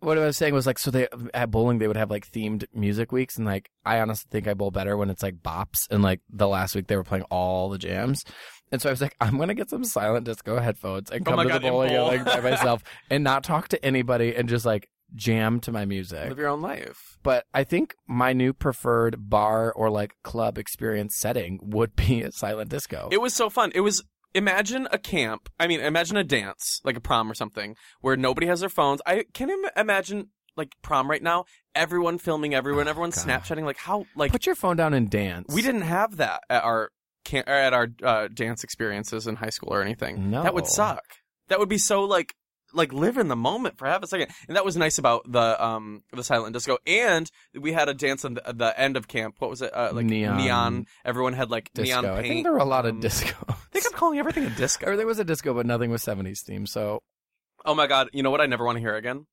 Speaker 2: what I was saying was like, so they at bowling they would have like themed music weeks, and like I honestly think I bowl better when it's like bops, and like the last week they were playing all the jams. And so I was like, I'm gonna get some silent disco headphones and
Speaker 1: Oh
Speaker 2: come
Speaker 1: my
Speaker 2: to
Speaker 1: God,
Speaker 2: the
Speaker 1: and
Speaker 2: bowling
Speaker 1: bowl.
Speaker 2: alley by myself and not talk to anybody and just like jam to my music.
Speaker 1: Live your own life.
Speaker 2: but I think my new preferred bar or like club experience setting would be a silent disco.
Speaker 1: It was so fun. It was imagine a camp. I mean, imagine a dance, like a prom or something, where nobody has their phones. I can Im- imagine like prom right now. Everyone filming everyone,
Speaker 2: Oh,
Speaker 1: everyone
Speaker 2: God.
Speaker 1: snapchatting. Like how like
Speaker 2: Put your phone down and dance.
Speaker 1: we didn't have that at our camp or at our uh, dance experiences in high school or anything.
Speaker 2: No.
Speaker 1: That would suck. That would be so like like live in the moment for half a second. And that was nice about the um the silent disco. And we had a dance on the, the end of camp. What was it? Uh, like
Speaker 2: Neon.
Speaker 1: Everyone had like
Speaker 2: disco.
Speaker 1: neon
Speaker 2: I
Speaker 1: paint.
Speaker 2: think there were a lot
Speaker 1: Um,
Speaker 2: of disco.
Speaker 1: They kept calling everything a disco.
Speaker 2: Everything was a disco, but nothing was '70s theme. So
Speaker 1: Oh my god! You know what? I never want to hear again.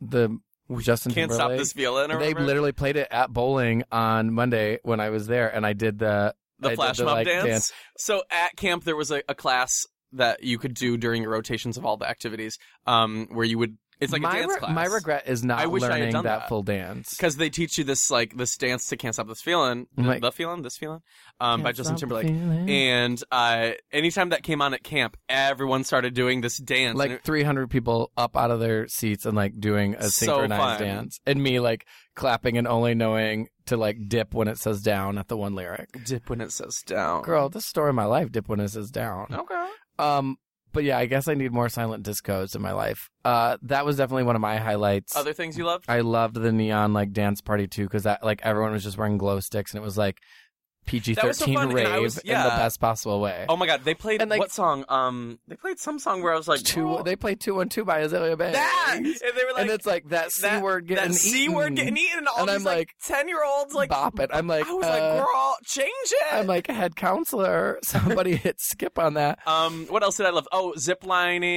Speaker 2: the Justin
Speaker 1: Can't stop
Speaker 2: Timberlake.
Speaker 1: this feeling. Or
Speaker 2: they
Speaker 1: whatever.
Speaker 2: literally played it at bowling on Monday when I was there, and I did the I
Speaker 1: the
Speaker 2: did
Speaker 1: flash
Speaker 2: the,
Speaker 1: mob
Speaker 2: like,
Speaker 1: dance.
Speaker 2: dance.
Speaker 1: So at camp, there was a, a class that you could do during your rotations of all the activities, um, where you would. It's like
Speaker 2: my
Speaker 1: a dance
Speaker 2: re-
Speaker 1: class.
Speaker 2: My regret is not
Speaker 1: I wish I had
Speaker 2: learning
Speaker 1: done
Speaker 2: that,
Speaker 1: that.
Speaker 2: full dance.
Speaker 1: because they teach you this like this dance to can't stop this feeling, th-
Speaker 2: Like-
Speaker 1: the feeling, this feeling, um, by
Speaker 2: Can't
Speaker 1: Justin
Speaker 2: stop
Speaker 1: Timberlake.
Speaker 2: feeling.
Speaker 1: And uh, anytime that came on at camp, everyone started doing this dance. and
Speaker 2: like 300 people up out of their seats and like doing a
Speaker 1: So fun.
Speaker 2: synchronized dance and me like clapping and only knowing to like dip when it says down at the one lyric
Speaker 1: it, dip when it says down.
Speaker 2: girl this story of my life dip when it says down
Speaker 1: Okay.
Speaker 2: um but yeah i guess i need more silent discos in my life uh that was definitely one of my highlights
Speaker 1: Other things you loved?
Speaker 2: i loved the neon like dance party too because that like everyone was just wearing glow sticks and it was like
Speaker 1: That was so
Speaker 2: pg-13
Speaker 1: fun, and I
Speaker 2: rave
Speaker 1: was-
Speaker 2: in
Speaker 1: yeah.
Speaker 2: the best possible way
Speaker 1: Oh my god, they played
Speaker 2: And, like-
Speaker 1: what song? Um, they played some song where I was like,
Speaker 2: two
Speaker 1: oh,
Speaker 2: they played 212 by azalea banks
Speaker 1: that, and they were like,
Speaker 2: and it's like that c
Speaker 1: that-
Speaker 2: word
Speaker 1: that
Speaker 2: getting
Speaker 1: c word getting eaten, and all
Speaker 2: And
Speaker 1: these
Speaker 2: I'm
Speaker 1: like
Speaker 2: like,
Speaker 1: ten year olds like,
Speaker 2: bop it. I'm like,
Speaker 1: I was
Speaker 2: uh,
Speaker 1: like, girl, change it.
Speaker 2: I'm like head counselor. Somebody hit skip on that.
Speaker 1: um, what else did I love? Oh, zip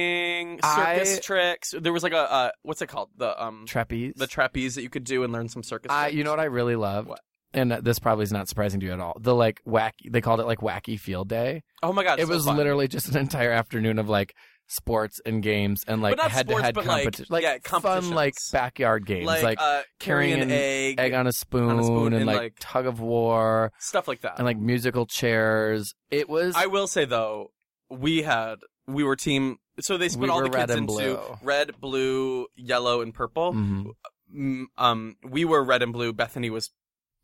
Speaker 1: lining, circus
Speaker 2: I-
Speaker 1: tricks. There was like a uh, what's it called? The um,
Speaker 2: Trapeze.
Speaker 1: the trapeze that you could do and learn some circus.
Speaker 2: I,
Speaker 1: tricks.
Speaker 2: you know what I really loved
Speaker 1: What?
Speaker 2: and uh, this probably is not surprising to you at all. The like wacky, they called it like wacky field day.
Speaker 1: Oh my god,
Speaker 2: it
Speaker 1: it's so
Speaker 2: was
Speaker 1: fun.
Speaker 2: literally just an entire afternoon of like sports and games and like
Speaker 1: But not
Speaker 2: head to head
Speaker 1: sports, but, like,
Speaker 2: competition,
Speaker 1: yeah,
Speaker 2: fun like
Speaker 1: competitions.
Speaker 2: backyard games, like,
Speaker 1: uh, carrying
Speaker 2: carrying
Speaker 1: an egg,
Speaker 2: egg on a spoon,
Speaker 1: spoon
Speaker 2: and,
Speaker 1: and,
Speaker 2: like,
Speaker 1: like-
Speaker 2: tug of war
Speaker 1: stuff like that.
Speaker 2: and like musical chairs. It was
Speaker 1: I will say though, we had we were team. So they split
Speaker 2: We
Speaker 1: all
Speaker 2: were
Speaker 1: the
Speaker 2: red
Speaker 1: kids
Speaker 2: and
Speaker 1: into
Speaker 2: blue.
Speaker 1: red, blue, yellow, and purple.
Speaker 2: Mhm.
Speaker 1: Mm, Um, we were red and blue. Bethany was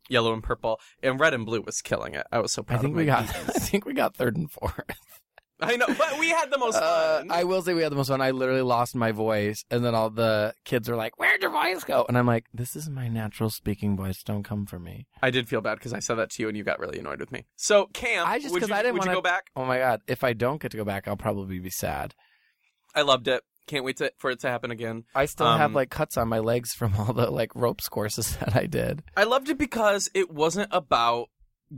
Speaker 1: yellow and purple, and red and blue was killing it. I was so proud.
Speaker 2: I think
Speaker 1: of my
Speaker 2: we got
Speaker 1: geezers.
Speaker 2: I think we got third and fourth.
Speaker 1: I know, but we had the most
Speaker 2: Uh,
Speaker 1: fun.
Speaker 2: I will say we had the most fun. I literally lost my voice, and then all the kids were like, "Where'd your voice go?" And I'm like, "This is my natural speaking voice. Don't come for me."
Speaker 1: I did feel bad because I said that to you, and you got really annoyed with me. So camp.
Speaker 2: I just-
Speaker 1: would
Speaker 2: 'cause
Speaker 1: you-
Speaker 2: I didn't
Speaker 1: would you
Speaker 2: wanna-
Speaker 1: go back.
Speaker 2: Oh my god! If I don't get to go back, I'll probably be sad.
Speaker 1: I loved it. Can't wait to, for it to happen again.
Speaker 2: I still
Speaker 1: Um,
Speaker 2: have like cuts on my legs from all the like ropes courses that I did.
Speaker 1: I loved it because it wasn't about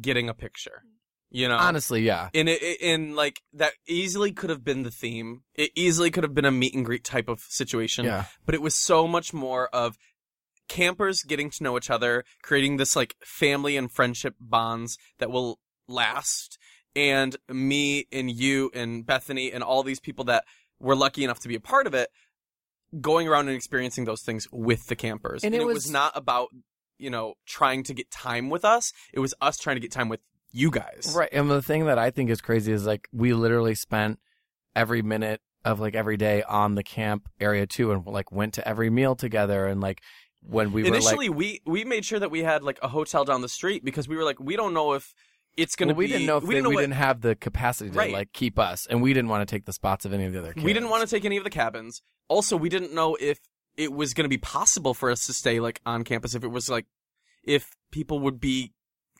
Speaker 1: getting a picture. You know,
Speaker 2: Honestly, yeah.
Speaker 1: And it, it and like that easily could have been the theme. It easily could have been a meet and greet type of situation.
Speaker 2: Yeah.
Speaker 1: But it was so much more of campers getting to know each other, creating this like family and friendship bonds that will last. And me and you and Bethany and all these people that were lucky enough to be a part of it, going around and experiencing those things with the campers.
Speaker 2: And it
Speaker 1: it was,
Speaker 2: was-
Speaker 1: not about, you know, trying to get time with us. It was us trying to get time with you guys.
Speaker 2: Right. And the thing that I think is crazy is like we literally spent every minute of like every day on the camp area too and like went to every meal together and like when we were like
Speaker 1: Initially, we we made sure that we had like a hotel down the street because we were like, we don't know if it's going to
Speaker 2: well, we
Speaker 1: be.
Speaker 2: didn't know if they- we,
Speaker 1: what-
Speaker 2: didn't have the capacity to
Speaker 1: Right.
Speaker 2: like keep us and we didn't want to take the spots of any of the other kids.
Speaker 1: we didn't want to take any of the cabins. Also, we didn't know if it was going to be possible for us to stay like on campus. If it was like, if people would be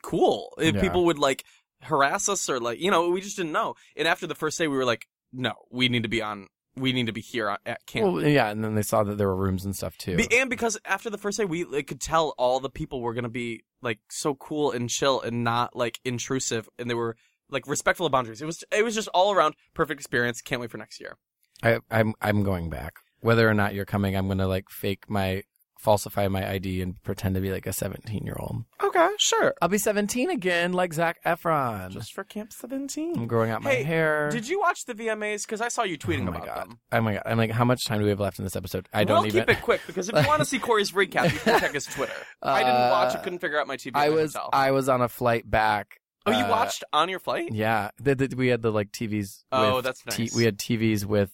Speaker 1: cool, if
Speaker 2: Yeah.
Speaker 1: people would like harass us or like, you know, we just didn't know. And after the first day, we were like, no, we need to be on. We need to be here on- at camp.
Speaker 2: Well, yeah, and then they saw that there were rooms and stuff too.
Speaker 1: Be- and because after the first day, we like, could tell all the people were gonna be like so cool and chill and not like intrusive, and they were like respectful of boundaries. It was it was just all around perfect experience. Can't wait for next year.
Speaker 2: I, I'm I'm going back. Whether or not you're coming, I'm gonna like fake my falsify my ID and pretend to be like a 17 year old.
Speaker 1: Okay, sure.
Speaker 2: I'll be 17 again, like Zach Efron.
Speaker 1: Just for Camp
Speaker 2: I'm
Speaker 1: Seventeen.
Speaker 2: growing out my
Speaker 1: Hey,
Speaker 2: hair.
Speaker 1: Did you watch the VMAs? Because I saw you tweeting
Speaker 2: oh my
Speaker 1: about
Speaker 2: god!
Speaker 1: them.
Speaker 2: Oh my god! I'm like, how much time do we have left in this episode? I don't
Speaker 1: we'll
Speaker 2: even.
Speaker 1: keep it quick because if you want to see Corey's recap, you can check his Twitter. I didn't watch; I couldn't figure out my TV.
Speaker 2: Uh, I
Speaker 1: in my
Speaker 2: was
Speaker 1: hotel.
Speaker 2: I was on a flight back.
Speaker 1: oh, you
Speaker 2: uh,
Speaker 1: watched on your flight?
Speaker 2: Yeah, Th- th- we had the like TVs.
Speaker 1: Oh,
Speaker 2: with
Speaker 1: that's
Speaker 2: t-
Speaker 1: nice.
Speaker 2: we had TVs with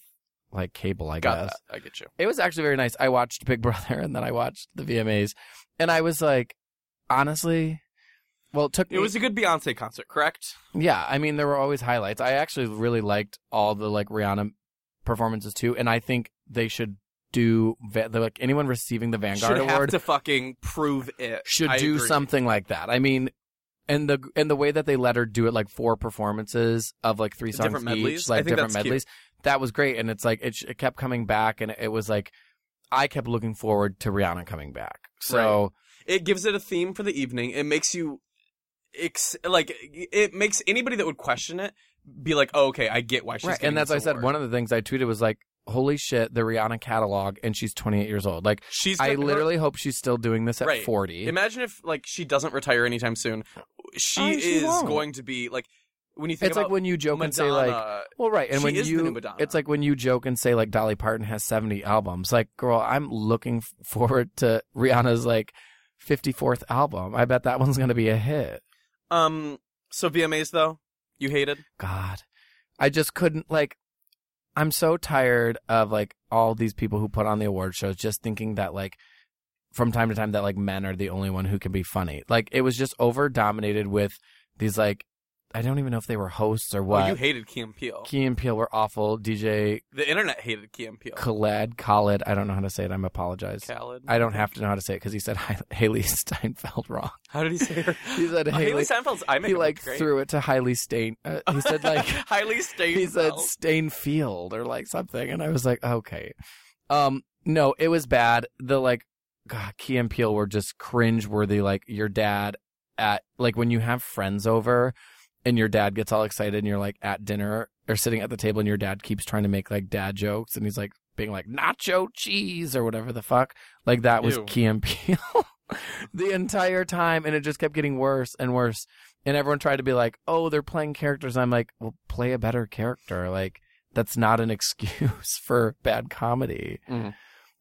Speaker 2: like cable. I
Speaker 1: Got
Speaker 2: guess
Speaker 1: that. I get you.
Speaker 2: it was actually very nice. I watched Big Brother and then I watched the VMAs, and I was like, honestly, well, it took
Speaker 1: It
Speaker 2: me-
Speaker 1: was a good Beyonce concert, correct?
Speaker 2: Yeah, I mean there were always highlights. I actually really liked all the like Rihanna performances too, and I think they should do va- the, like anyone receiving the Vanguard
Speaker 1: should
Speaker 2: Award
Speaker 1: have to fucking prove it.
Speaker 2: should
Speaker 1: I
Speaker 2: do
Speaker 1: agree.
Speaker 2: something like that. I mean, and the and the way that they let her do it like four performances of like three songs
Speaker 1: Different medleys?
Speaker 2: each, like
Speaker 1: I think
Speaker 2: different
Speaker 1: that's cute.
Speaker 2: medleys. That was great, and it's like it, sh- it kept coming back, and it was like I kept looking forward to Rihanna coming back. So
Speaker 1: It gives it a theme for the evening. It makes you, ex- like, it makes anybody that would question it be like, oh, okay, I get why she's.
Speaker 2: right.
Speaker 1: getting
Speaker 2: and that's why I
Speaker 1: this
Speaker 2: said
Speaker 1: award.
Speaker 2: one of the things I tweeted was like, "Holy shit, the Rihanna catalog," and she's 28 years old. Like.
Speaker 1: She's.
Speaker 2: I
Speaker 1: her-
Speaker 2: literally hope she's still doing this at
Speaker 1: Right.
Speaker 2: 40.
Speaker 1: imagine if like she doesn't retire anytime soon. She,
Speaker 2: Oh, she
Speaker 1: is
Speaker 2: won't.
Speaker 1: going to be like when you think
Speaker 2: it's
Speaker 1: about
Speaker 2: like when you joke and say like,
Speaker 1: Madonna,
Speaker 2: well, right, and
Speaker 1: She
Speaker 2: when
Speaker 1: is the
Speaker 2: you,
Speaker 1: new Madonna.
Speaker 2: it's like when you joke and say like Dolly Parton has 70 albums. Like, girl, I'm looking f- forward to Rihanna's like 54th album. I bet that one's gonna be a hit.
Speaker 1: um. So VMAs though, you hated.
Speaker 2: God, I just couldn't like. I'm so tired of like all these people who put on the award shows just thinking that like from time to time that like men are the only one who can be funny. Like it was just over dominated with these like I don't even know if they were hosts or
Speaker 1: Oh,
Speaker 2: what.
Speaker 1: you hated Key and Peele.
Speaker 2: Key and Peele were awful. DJ
Speaker 1: the internet hated Key and Peele.
Speaker 2: Khaled, Khaled, I don't know how to say it. I'm apologize.
Speaker 1: Khaled.
Speaker 2: I don't have to know how to say it because he said Hi- Haley Steinfeld wrong.
Speaker 1: How did he say her?
Speaker 2: He said
Speaker 1: Haley,
Speaker 2: Haley.
Speaker 1: Seinfeld's. I make
Speaker 2: He
Speaker 1: her
Speaker 2: like
Speaker 1: look great.
Speaker 2: threw it to Haley Stein. Uh, he said like
Speaker 1: highly stained.
Speaker 2: he said Stainfield or like something, and I was like, okay. Um, no, it was bad. The like, God, Key and Peele were just cringe worthy. Like your dad at like when you have friends over, and your dad gets all excited, and you're like at dinner or sitting at the table, and your dad keeps trying to make like dad jokes, and he's like being like nacho cheese or whatever the fuck. Like that was
Speaker 1: Ew.
Speaker 2: Key and Peele. the entire time, and it just kept getting worse and worse. And everyone tried to be like, "Oh, they're playing characters." I'm like, "Well, play a better character." Like that's not an excuse for bad comedy.
Speaker 1: Mhm.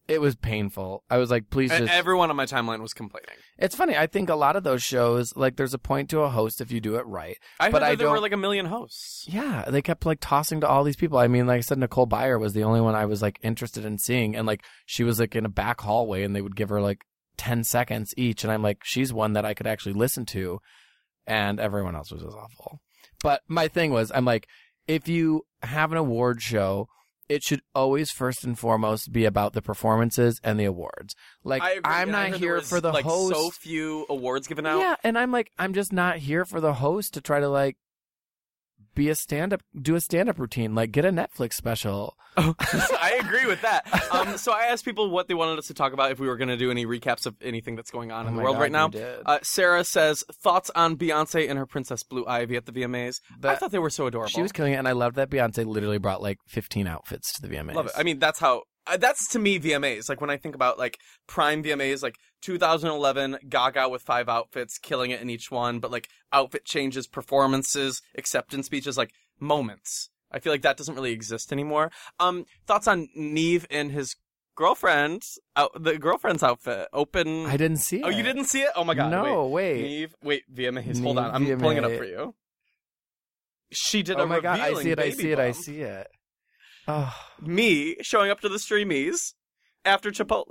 Speaker 2: It was painful. I was like, "Please
Speaker 1: And
Speaker 2: just."
Speaker 1: everyone E-, on my timeline was complaining.
Speaker 2: it's funny. I think a lot of those shows, like, there's a point to a host if you do it right.
Speaker 1: I heard
Speaker 2: But
Speaker 1: that
Speaker 2: I
Speaker 1: there were
Speaker 2: don't-
Speaker 1: like a million hosts.
Speaker 2: Yeah, they kept like tossing to all these people. I mean, like I said, Nicole Byer was the only one I was like interested in seeing, and like she was like in a back hallway, and they would give her like ten seconds each, and I'm like, she's one that I could actually listen to, and everyone else was just awful. But my thing was, I'm like, if you have an award show, it should always first and foremost be about the performances and the awards. Like
Speaker 1: I agree.
Speaker 2: I'm
Speaker 1: And I
Speaker 2: not
Speaker 1: heard
Speaker 2: here
Speaker 1: there was,
Speaker 2: for the
Speaker 1: like
Speaker 2: host.
Speaker 1: so few awards given out.
Speaker 2: Yeah, and I'm like, I'm just not here for the host to try to like be a stand up, do a stand up routine, like get a Netflix special.
Speaker 1: I agree with that. Um, so I asked people what they wanted us to talk about if we were going to do any recaps of anything that's going
Speaker 2: Oh
Speaker 1: on in the world right now. Uh, Sarah says thoughts on Beyonce and her Princess Blue Ivy at the VMAs. I
Speaker 2: That-
Speaker 1: thought they were so adorable.
Speaker 2: she was killing it, and I love that Beyonce literally brought like 15 outfits to the VMAs.
Speaker 1: Love it. I mean, that's how. Uh, that's to me VMAs. Like when I think about like prime VMAs, like 2011, Gaga with five outfits, killing it in each one, but like outfit changes, performances, acceptance speeches, like moments. I feel like that doesn't really exist anymore. Um, thoughts on Neve and his girlfriend, out, the girlfriend's outfit, open.
Speaker 2: I didn't see.
Speaker 1: oh, you
Speaker 2: it.
Speaker 1: didn't see it? Oh my god. wait.
Speaker 2: no, wait.
Speaker 1: Neve, wait, VMAs. Hold on, I'm
Speaker 2: Neve
Speaker 1: pulling it up
Speaker 2: VMA.
Speaker 1: for you. She did a
Speaker 2: Oh my god, I
Speaker 1: revealing
Speaker 2: see it. I
Speaker 1: baby
Speaker 2: see it. I
Speaker 1: bump.
Speaker 2: see it. Oh,
Speaker 1: Me showing up to the streamies after Chipotle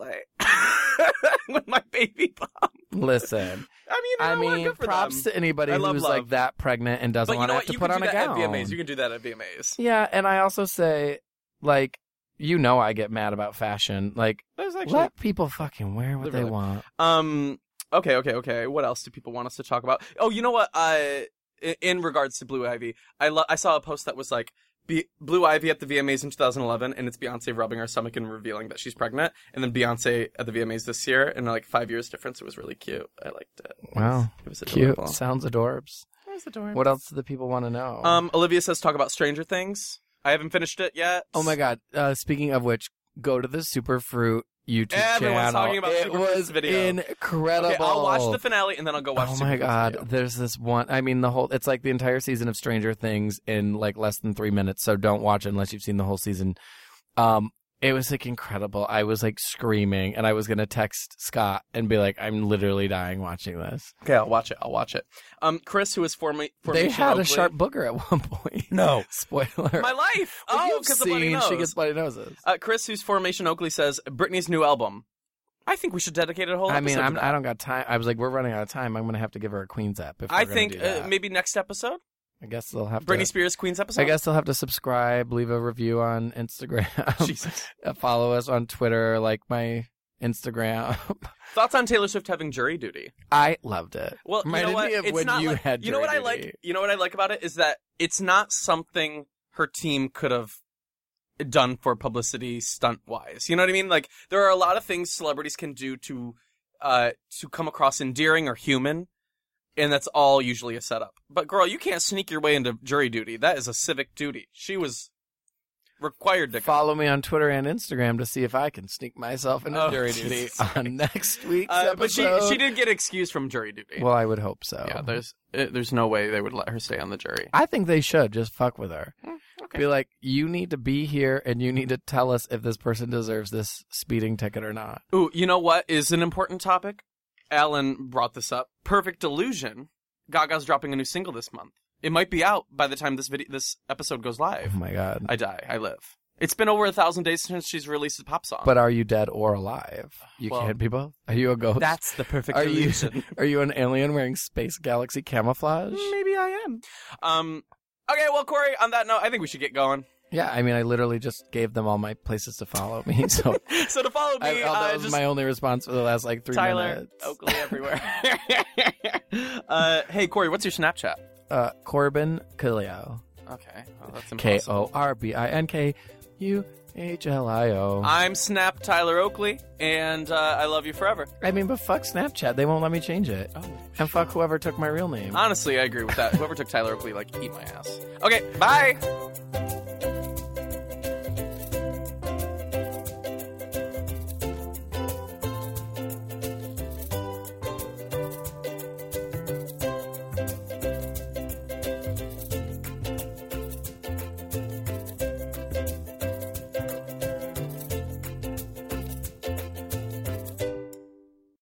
Speaker 1: with my baby bump.
Speaker 2: listen.
Speaker 1: I mean, you
Speaker 2: I
Speaker 1: know what?
Speaker 2: mean,
Speaker 1: Good for
Speaker 2: props
Speaker 1: them.
Speaker 2: to anybody
Speaker 1: I
Speaker 2: who's
Speaker 1: love
Speaker 2: like
Speaker 1: love.
Speaker 2: that pregnant and doesn't
Speaker 1: But you
Speaker 2: want
Speaker 1: know
Speaker 2: to
Speaker 1: what?
Speaker 2: have to
Speaker 1: you
Speaker 2: put
Speaker 1: can
Speaker 2: on
Speaker 1: do
Speaker 2: a
Speaker 1: that
Speaker 2: gown.
Speaker 1: at VMAs. You can do that at VMAs.
Speaker 2: Yeah, and I also say, like, you know, I get mad about fashion. Like,
Speaker 1: There's actually
Speaker 2: let people fucking wear what they
Speaker 1: Literally.
Speaker 2: want.
Speaker 1: Um. Okay. Okay. Okay. What else do people want us to talk about? Oh, you know what? Uh, i- in regards to Blue Ivy, I lo- I saw a post that was like Be- Blue Ivy at the VMAs in 2011, and it's Beyonce rubbing her stomach and revealing that she's pregnant, and then Beyonce at the VMAs this year, and like five years difference. It was really cute. I liked it.
Speaker 2: Wow.
Speaker 1: It was
Speaker 2: Cute.
Speaker 1: adorable.
Speaker 2: Sounds adorbs.
Speaker 1: It was adorable.
Speaker 2: What else do the people want to know?
Speaker 1: Um. Olivia says talk about Stranger Things. I haven't finished it yet.
Speaker 2: oh my God. Uh, speaking of which, go to the Superfruit YouTube
Speaker 1: Everyone's
Speaker 2: channel.
Speaker 1: talking about
Speaker 2: it
Speaker 1: Superfruit's
Speaker 2: was
Speaker 1: video.
Speaker 2: incredible.
Speaker 1: Okay, I'll watch the finale and then I'll go watch.
Speaker 2: Oh
Speaker 1: Super
Speaker 2: my
Speaker 1: Fruit's
Speaker 2: god,
Speaker 1: video.
Speaker 2: there's this one. I mean, the whole it's like the entire season of Stranger Things in like less than three minutes. So don't watch it unless you've seen the whole season. Um, it was like incredible. I was like screaming, and I was gonna text Scott and be like, "I'm literally dying watching this."
Speaker 1: Okay, I'll watch it. I'll watch it. Um, Chris, who is formerly
Speaker 2: they
Speaker 1: Formation
Speaker 2: had
Speaker 1: Oakley,
Speaker 2: a sharp booger at one point.
Speaker 1: No.
Speaker 2: spoiler.
Speaker 1: my life.
Speaker 2: If
Speaker 1: Oh,
Speaker 2: you've
Speaker 1: because the bloody
Speaker 2: seen
Speaker 1: nose.
Speaker 2: she gets bloody noses.
Speaker 1: uh, Chris, who's Formation Oakley, says Britney's new album. I think we should dedicate a whole.
Speaker 2: I mean,
Speaker 1: episode
Speaker 2: I'm,
Speaker 1: to
Speaker 2: I
Speaker 1: that.
Speaker 2: don't got time. I was like, we're running out of time. I'm gonna have to give her a Queen's app. If
Speaker 1: I
Speaker 2: we're gonna
Speaker 1: think
Speaker 2: do
Speaker 1: uh,
Speaker 2: that.
Speaker 1: maybe next episode,
Speaker 2: I guess they'll have
Speaker 1: Britney
Speaker 2: to.
Speaker 1: Spears Queen's episode.
Speaker 2: I guess they'll have to subscribe, leave a review on Instagram.
Speaker 1: Jesus.
Speaker 2: Uh, follow us on Twitter, like my Instagram.
Speaker 1: Thoughts on Taylor Swift having jury duty?
Speaker 2: I loved it.
Speaker 1: Well, you know
Speaker 2: Reminded
Speaker 1: what?
Speaker 2: me of
Speaker 1: it's
Speaker 2: when
Speaker 1: not
Speaker 2: you
Speaker 1: like,
Speaker 2: had
Speaker 1: You know what
Speaker 2: jury
Speaker 1: I like?
Speaker 2: duty.
Speaker 1: You know what I like about it is that it's not something her team could have done for publicity stunt wise. You know what I mean? Like there are a lot of things celebrities can do to uh to come across endearing or human, and that's all usually a setup. But girl, you can't sneak your way into jury duty. That is a civic duty. She was required to
Speaker 2: Follow me on Twitter and Instagram to see if I can sneak myself into
Speaker 1: Oh,
Speaker 2: jury duty
Speaker 1: Jesus
Speaker 2: on next week's
Speaker 1: Uh,
Speaker 2: episode.
Speaker 1: but she she did get excused from jury duty.
Speaker 2: Well, I would hope so.
Speaker 1: yeah, there's uh, there's no way they would let her stay on the jury.
Speaker 2: I think they should just fuck with her.
Speaker 1: Mm, okay.
Speaker 2: Be like, you need to be here and you need to tell us if this person deserves this speeding ticket or not.
Speaker 1: Ooh, you know what is an important topic? Alan brought this up. Perfect Delusion. Gaga's dropping a new single this month. It might be out by the time this video, this episode goes
Speaker 2: Oh
Speaker 1: live.
Speaker 2: my god.
Speaker 1: I die. I live. It's been over a thousand days since she's released a pop song.
Speaker 2: But are you dead or alive? You
Speaker 1: Well,
Speaker 2: can't be both. Are you a ghost?
Speaker 1: that's the perfect
Speaker 2: uh, Are you-
Speaker 1: delusion.
Speaker 2: Are you an alien wearing space galaxy camouflage?
Speaker 1: Maybe I am. Um. Okay. Well, Corey. On that note, I think we should get going.
Speaker 2: Yeah, I mean, I literally just gave them all my places to follow me. So
Speaker 1: So to follow
Speaker 2: I,
Speaker 1: me,
Speaker 2: oh, that
Speaker 1: uh,
Speaker 2: was
Speaker 1: just
Speaker 2: my only response for the last like three
Speaker 1: Tyler oh.
Speaker 2: minutes.
Speaker 1: Oakley everywhere. uh, hey, Corey. What's your Snapchat?
Speaker 2: Uh, Corbin Calio.
Speaker 1: Okay. Well, that's
Speaker 2: K
Speaker 1: impossible.
Speaker 2: O R B I N K U H L I O.
Speaker 1: I'm Snap Tyler Oakley, and uh, I love you forever.
Speaker 2: I mean, but fuck Snapchat. They won't let me change it.
Speaker 1: Oh.
Speaker 2: And fuck whoever took my real name.
Speaker 1: Honestly, I agree with that. Whoever took Tyler Oakley, like, eat my ass. Okay, bye.